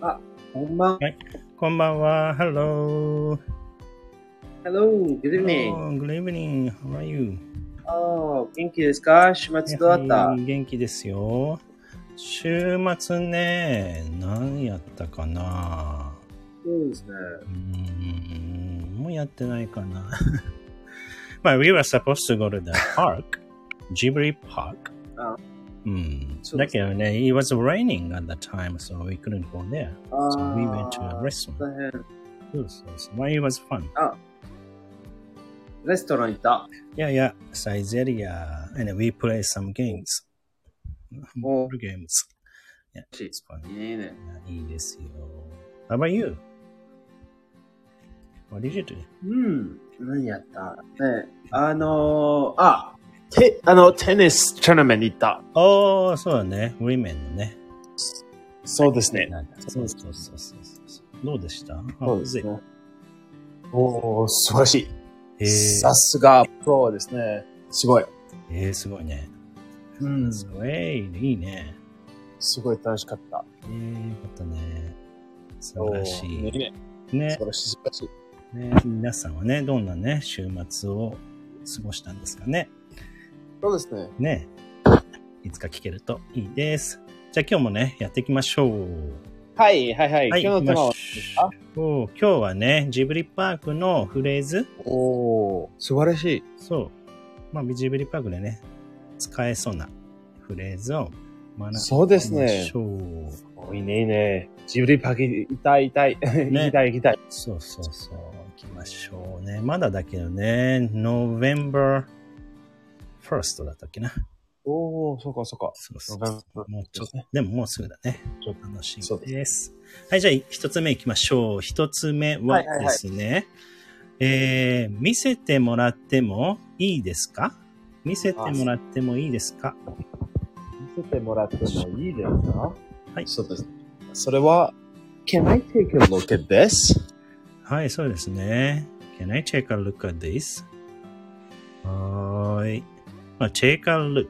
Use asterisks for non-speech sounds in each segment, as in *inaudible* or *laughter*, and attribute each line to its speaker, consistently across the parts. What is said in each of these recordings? Speaker 1: あ、こんばん。
Speaker 2: こんばんは。Hello.
Speaker 1: Hello, good evening.
Speaker 2: Hello. Good evening. How are you?
Speaker 1: ああ、元気ですか週末どうだった、
Speaker 2: はい元気ですよ。週末ね、何やったかな *laughs*
Speaker 1: そうですね。
Speaker 2: うーん、もうやってないかな。まあ、we were supposed to go to the park, *laughs* Ghibli Park.
Speaker 1: あ
Speaker 2: うん。
Speaker 1: Ah. そうで
Speaker 2: だ
Speaker 1: す
Speaker 2: けどね、it was raining at the time, so we couldn't go there.
Speaker 1: ああ、
Speaker 2: So we went to a
Speaker 1: 大
Speaker 2: restaurant.
Speaker 1: 変。
Speaker 2: そうそうそう。But it was fun.
Speaker 1: レストラン行った。
Speaker 2: Yeah, yeah. Saizeriya. And we play some games.
Speaker 1: Oh.
Speaker 2: Board games. Yeah, it's fun.
Speaker 1: いいね。
Speaker 2: Yeah, いいですよ。How about you? What did you do?
Speaker 1: うん。何やったねあのー、あ、て、あの、テニストーナメント行った。
Speaker 2: おー、そうだね。Women のね。
Speaker 1: そうですね。
Speaker 2: なんかそうそうそうそうそう。どうでした
Speaker 1: そうです
Speaker 2: ね。
Speaker 1: ね。おー、素晴らしい。
Speaker 2: え
Speaker 1: さ
Speaker 2: ー、
Speaker 1: すが、プロですね。すごい。
Speaker 2: えー、すごいね。
Speaker 1: うん
Speaker 2: すごい。いいね。
Speaker 1: すごい楽しかった。
Speaker 2: えー、よかったね。素晴らし
Speaker 1: おー
Speaker 2: い。
Speaker 1: ね
Speaker 2: ね
Speaker 1: 素晴らしい、素晴らしい。
Speaker 2: ね。皆さんはね、どんなね、週末を過ごしたんですかね。
Speaker 1: そうですね。
Speaker 2: ね。いつか聞けるといいです。じゃあ今日もね、やっていきましょう。
Speaker 1: はい、はい、はい。
Speaker 2: はい、
Speaker 1: 今
Speaker 2: 行
Speaker 1: 日のテ
Speaker 2: きま
Speaker 1: ーマは
Speaker 2: しょう。今日はね、ジブリパークのフレーズ。
Speaker 1: おー、素晴らしい。
Speaker 2: そう。まあ、ジブリパークでね、使えそうなフレーズを学んでいきましょう。
Speaker 1: そうですねいいね、いいね。ジブリパーク行きたい、行きたい。行きたい、行きたい。
Speaker 2: そうそうそう。行きましょうね。まだだけどね、November 1st だったっけな。
Speaker 1: おー、そうか、そうか。
Speaker 2: そうそうそう。もうちょっと、でももうすぐだね
Speaker 1: ちょっ。
Speaker 2: 楽し
Speaker 1: そう
Speaker 2: みです。はい、じゃあ一つ目いきましょう。一つ目はですね、えー、見せてもらってもいいですか見せてもらってもいいですか
Speaker 1: 見せてもらってもいいですか
Speaker 2: はい
Speaker 1: そうです。それは、Can I take a look at this?
Speaker 2: はい、そうですね。Can I take a look at this? はーい。まあ、take a look。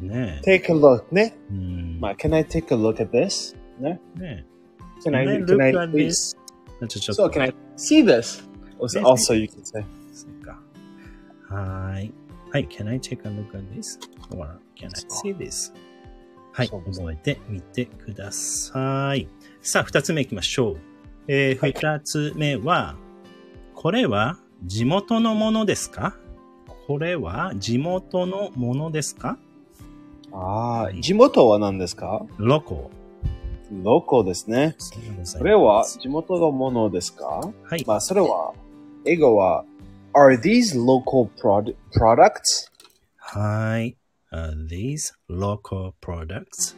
Speaker 2: ねえ。
Speaker 1: Take a look ね。
Speaker 2: うん。
Speaker 1: まあ、Can I take a look at this? ね。
Speaker 2: ね
Speaker 1: Can I,
Speaker 2: Can I
Speaker 1: can I
Speaker 2: look at
Speaker 1: please?
Speaker 2: え。ちょ、ちょっと
Speaker 1: So, can I see this? Also,
Speaker 2: Yes.
Speaker 1: also you can say.
Speaker 2: そうか。はーい。はい。Can I take a look at this? Or can I see this? はい。
Speaker 1: そうです
Speaker 2: 覚えてみてください。さあ、二つ目いきましょう。えー、
Speaker 1: はい
Speaker 2: 二つ目は、これは地元のものですかこれは地元のものですか
Speaker 1: ああ、地元は何ですか
Speaker 2: ロコ。
Speaker 1: ロコですね。
Speaker 2: そうでございます
Speaker 1: それは地元のものですか
Speaker 2: はい。
Speaker 1: まあ、それは、英語は、Are these local prod products?
Speaker 2: はい。Uh, these local products.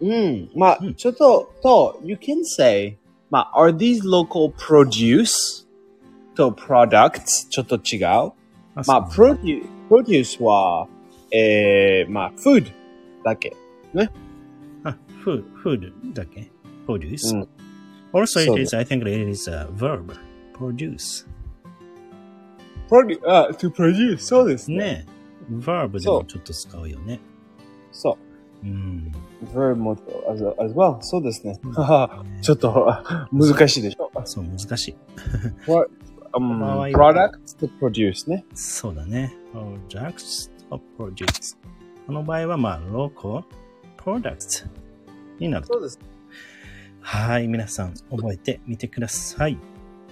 Speaker 1: うん。まあ
Speaker 2: うん、
Speaker 1: ちょっと、と、you can say, まあ、Are these local produce? と products? ちょっと違う。まあ、プ
Speaker 2: そう
Speaker 1: ロデュプロデュースは、えー、まあ、food だけ。
Speaker 2: Ah, food, food だけ produce、
Speaker 1: うん
Speaker 2: Also,
Speaker 1: そう
Speaker 2: it
Speaker 1: だ
Speaker 2: is, I think it is a verb. produce.
Speaker 1: produ, あ、to produce, そうですね。
Speaker 2: ね。verb でもちょっと使うよね。
Speaker 1: そう。
Speaker 2: うん。
Speaker 1: verb も as, as well. そうですね。
Speaker 2: ん
Speaker 1: *laughs* ちょっとあ *laughs* 難しいでしょ。
Speaker 2: そう、難しい。
Speaker 1: うん
Speaker 2: 場合は
Speaker 1: products to produce ね。
Speaker 2: そうだね。products or produce. この場合は、まあ、local products になると。
Speaker 1: うです。
Speaker 2: はい。皆さん、覚えてみてください。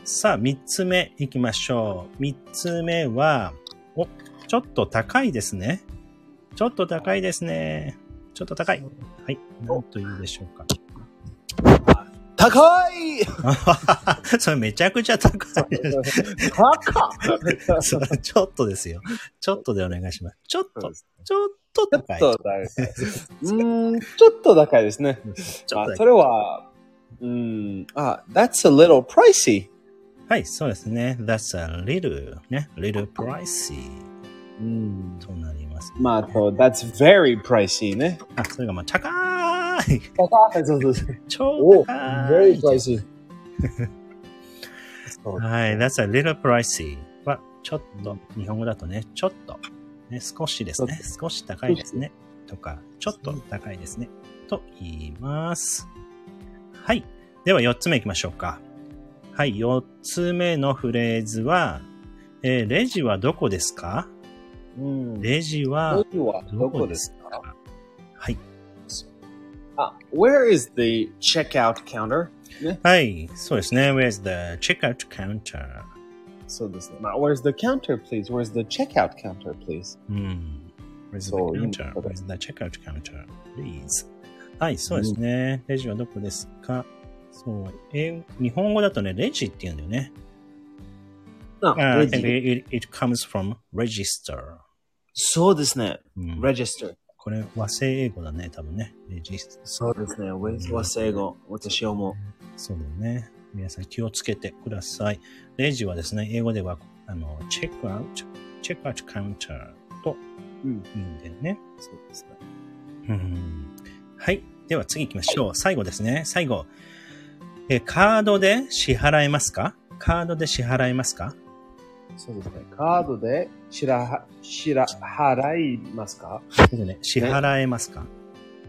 Speaker 2: さあ、三つ目いきましょう。三つ目は、お、ちょっと高いですね。ちょっと高いですね。ちょっと高い。はい。なんと言うでしょうか。 *laughs*
Speaker 1: 高い
Speaker 2: それめちゃくちゃ高い。
Speaker 1: 高っ
Speaker 2: それちょっとですよ。ちょっとでお願いします。ちょっと、ちょっと
Speaker 1: ちょっ
Speaker 2: 高い。
Speaker 1: と高い。うーん、ちょっと高いですね。
Speaker 2: ちょ
Speaker 1: あ
Speaker 2: っと
Speaker 1: そ
Speaker 2: 高い。
Speaker 1: れは、うーん、あ、that's a little pricey.
Speaker 2: はい、そうですね。That's a little, ね。little pricey
Speaker 1: うん。
Speaker 2: となります。
Speaker 1: まあ、と、that's very pricey ね。
Speaker 2: あ、それがまあ、高い。
Speaker 1: 高い、そうそうそう。
Speaker 2: 超
Speaker 1: お、
Speaker 2: 高い
Speaker 1: very。pricey。そう
Speaker 2: はい、That's a little pricey は、ちょっと、日本語だとね、ちょっと、ね、少しですね、少し高いですね、とか、ちょっと高いですね、と言います。はい。では4つ目行きましょうか。はい。4つ目のフレーズは、えーレジはどこですか
Speaker 1: うん。
Speaker 2: レジは
Speaker 1: レジはど
Speaker 2: ど
Speaker 1: こ
Speaker 2: こ
Speaker 1: で
Speaker 2: ですす
Speaker 1: か
Speaker 2: かはい。
Speaker 1: あ、where is the checkout counter?
Speaker 2: はい。そうですね。Where's the checkout counter?
Speaker 1: そうですね。まあ、where's the counter, please? Where's the checkout counter, please?
Speaker 2: うん。Where's the
Speaker 1: そういいんだ
Speaker 2: counter? Where's the checkout counter? Please. はい、そうですね。レジはどこですかそう。え、日本語だとね、レジって言うんだよね。
Speaker 1: あ、
Speaker 2: あ
Speaker 1: レ
Speaker 2: I think
Speaker 1: ジ。
Speaker 2: it, it comes from register.
Speaker 1: そうですね。
Speaker 2: うん、
Speaker 1: register。
Speaker 2: これ和製英語だね、多分ね。レジス
Speaker 1: そうですね。和製英語。私はも
Speaker 2: そうだよね。皆さん気をつけてください。レジはですね、英語では、あの、チェックアウト、チェックアウトカウンターと
Speaker 1: うん
Speaker 2: 言うんだよね。
Speaker 1: う。そうですね。
Speaker 2: うんはい。では次行きましょう。最後ですね。最後。えー、カードで支払えますかカードで支払えますか
Speaker 1: そうですね。カードで支払、支払いますか
Speaker 2: ちょっとね支払えますか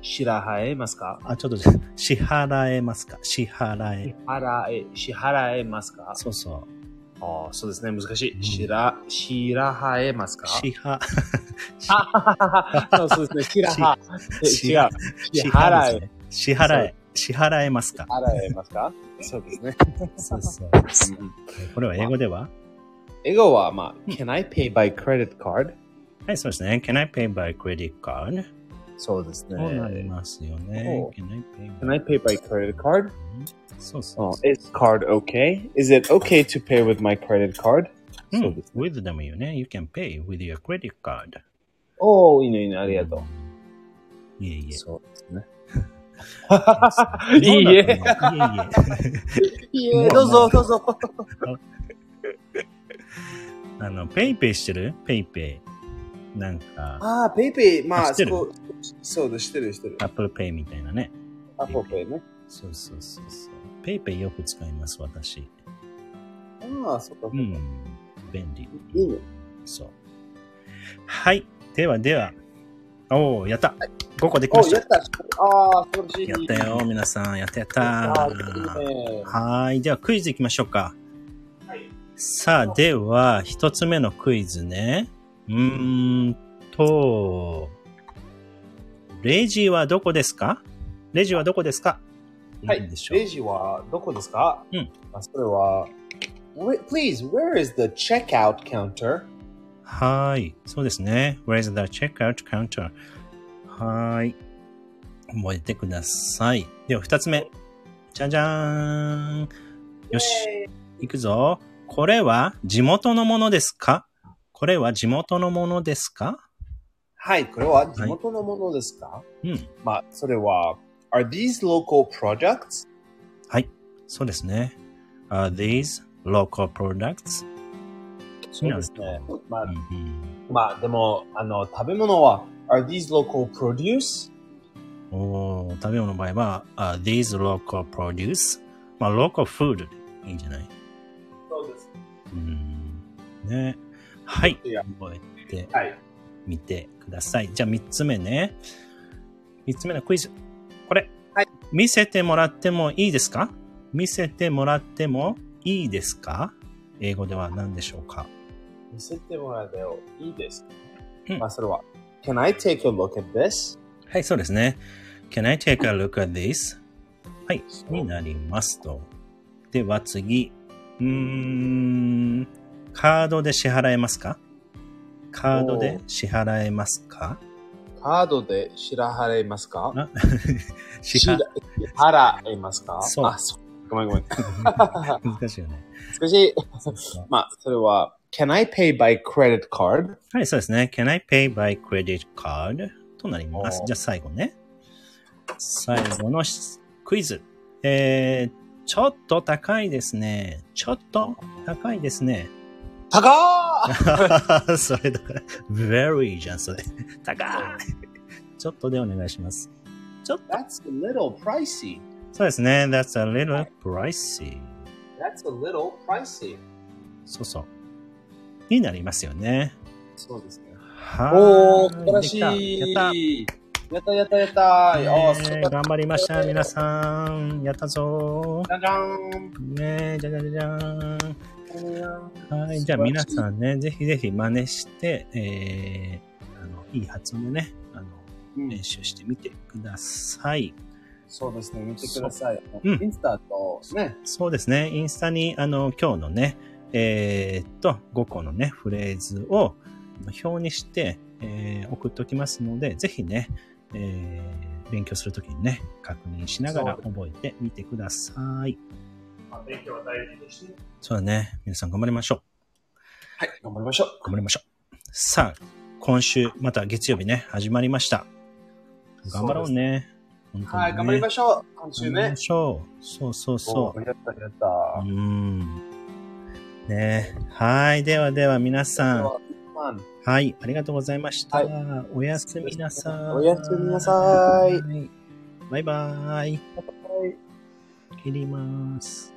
Speaker 1: 支払えますか
Speaker 2: あ、ちょっと、支払えますか支払
Speaker 1: 支
Speaker 2: え。
Speaker 1: 払え、支払えますか
Speaker 2: そうそ
Speaker 1: ああ、そうですね。難し
Speaker 2: う
Speaker 1: い。
Speaker 2: ん
Speaker 1: しら、しらはえます
Speaker 2: う。
Speaker 1: か
Speaker 2: 支払、
Speaker 1: あ *laughs* そうそうですね。しらは。え
Speaker 2: し
Speaker 1: 違う。支払
Speaker 2: 支
Speaker 1: え、
Speaker 2: ですね支払え。支払えま
Speaker 1: *laughs*
Speaker 2: すか
Speaker 1: 払えますかそうですね。
Speaker 2: そうそう。
Speaker 1: うん
Speaker 2: これは英語では
Speaker 1: 英語は、まあ、
Speaker 2: うん
Speaker 1: can I pay by credit card?
Speaker 2: はい、そうですね。Can I pay by credit card?
Speaker 1: そうです
Speaker 2: そうなり
Speaker 1: ね。
Speaker 2: ますよね
Speaker 1: そ。う
Speaker 2: Can I pay
Speaker 1: Can I pay by credit card?
Speaker 2: そうそう。
Speaker 1: Oh, is card okay? Is it okay to pay with my credit card?
Speaker 2: う
Speaker 1: そうんです、
Speaker 2: with でもいいよね。You can pay with your credit card.
Speaker 1: おー、いいね、いいね、ありがと。
Speaker 2: う。 *laughs* いえいうえ。
Speaker 1: そうですね。
Speaker 2: どう
Speaker 1: い
Speaker 2: ないのい
Speaker 1: え。
Speaker 2: えい *laughs* え。
Speaker 1: いいえ、どうぞ、どうぞ。
Speaker 2: あの、ペイペイしてるペイペイ。なんか、
Speaker 1: ああ、ペイペイ、まあ、
Speaker 2: 知ってる
Speaker 1: そうそうだ、してる、してる。
Speaker 2: Apple Pay みたいなね。
Speaker 1: アポペイね。
Speaker 2: そうそうそうそう。ペイペイよく使います、私。
Speaker 1: ああ、そっか。
Speaker 2: うん。便利。
Speaker 1: いいね。
Speaker 2: そう。はい。ではでは。おお、やった。5個でき
Speaker 1: お
Speaker 2: まし
Speaker 1: や
Speaker 2: た
Speaker 1: っ。たああ、素晴らしい。
Speaker 2: やったよ、皆さん。やったやった
Speaker 1: ああ、いいね。
Speaker 2: はーい。ではクイズいきましょうか。
Speaker 1: はい
Speaker 2: さあ、では、一つ目のクイズね。うーんと、レジはどこですかレジはどこですか
Speaker 1: は
Speaker 2: なん
Speaker 1: い
Speaker 2: でし。ょう
Speaker 1: レジはどこですか
Speaker 2: うん。
Speaker 1: あそれは、Wait, Please, where is the checkout counter?
Speaker 2: はーい。そうですね。Where's the checkout counter? はーい。覚えてください。では、二つ目。じゃじゃーん。よし。いくぞ。これは地元のものですかこれは地元のものですか
Speaker 1: はい、これは地元のものですか
Speaker 2: うん。
Speaker 1: まあ、それは、Are these local products?
Speaker 2: そうですね。Are these local products?
Speaker 1: そうですね。ま
Speaker 2: う
Speaker 1: あ
Speaker 2: ん、うん
Speaker 1: まあ、でも、あの、食べ物は、Are these local produce?
Speaker 2: おー食べ物の場合は、Are these local produce? まあ、local food でいいんじゃない
Speaker 1: そうです。
Speaker 2: うん。ね。はい。
Speaker 1: いや
Speaker 2: 覚えて
Speaker 1: はい。
Speaker 2: みてください。じゃあ、三つ目ね。三つ目のクイズ。これ。
Speaker 1: はい
Speaker 2: 見せてもらってもいいですか見せてもらってもいいですか英語では何でしょうか
Speaker 1: 見せてもらってよいいですか、
Speaker 2: うん
Speaker 1: まあ、それは、Can I take a look at this?
Speaker 2: はい、そうですね。Can I take a look at this? はい、になりますと。では次。うーん、カードで支払えますかカードで支払えますか *laughs*
Speaker 1: カードで支払えますか
Speaker 2: あ支
Speaker 1: 支
Speaker 2: 払
Speaker 1: 払えますか
Speaker 2: そう
Speaker 1: あ、そう。ごめんごめ *laughs* ん。
Speaker 2: *laughs* 難しいよね。
Speaker 1: 少し、
Speaker 2: そうそう
Speaker 1: まあ、それは、Can I pay by credit card?
Speaker 2: はい、そうですね。Can I pay by credit card? となります
Speaker 1: お。ー
Speaker 2: じゃあ最後ね。最後のしクイズ。えー、ちょっと高いですね。ちょっと高いで
Speaker 1: *laughs*
Speaker 2: すね。
Speaker 1: 高ー
Speaker 2: それだから、very じゃん、それ。高い。ちょっとでお願いします。ちょっと。
Speaker 1: That's a little pricey.
Speaker 2: そうですね。That's a little pricey.
Speaker 1: That's a little pricey.
Speaker 2: そうそう。になりますよね。
Speaker 1: そうですね。
Speaker 2: はーい。
Speaker 1: おー、素晴ら
Speaker 2: できたやった
Speaker 1: しい。やったやったやったー。あー、すご
Speaker 2: ね
Speaker 1: か
Speaker 2: え
Speaker 1: った。
Speaker 2: 頑張りました、皆さん。やったぞ
Speaker 1: じゃじゃーん。
Speaker 2: ー。ねえ、じゃじゃじゃじゃーん。はい、
Speaker 1: 素晴らしい
Speaker 2: じゃあ皆さんね、ぜひぜひ真似して、えー、あの、いい発音でね、あの、
Speaker 1: うん
Speaker 2: 練習してみてください。
Speaker 1: そうですね、見てください。
Speaker 2: うん
Speaker 1: インスタと、ね、
Speaker 2: そうですね、インスタに、あの、今日のね、えーっと、5個のね、フレーズを表にして、えー送っておきますので、ぜひね、えー勉強するときにね、確認しながら覚えてみてください。
Speaker 1: まあ、勉強は大事にして。
Speaker 2: そうだね、皆さん頑張りましょう。
Speaker 1: はい、頑張りましょう。
Speaker 2: 頑張りましょう。さあ、今週、また月曜日ね、始まりました。頑張ろうね。本当にね
Speaker 1: はい、頑張りましょう。今週
Speaker 2: 頑張り
Speaker 1: ね
Speaker 2: ま。しょう。そうそうそ
Speaker 1: お
Speaker 2: う。
Speaker 1: ーやったやった
Speaker 2: う。ん。ねはい。ではでは皆さん。
Speaker 1: まあ
Speaker 2: はい。ありがとうございました。
Speaker 1: は
Speaker 2: おやすみなさい。
Speaker 1: おやすみなさい
Speaker 2: はい。バイバイ。切ります。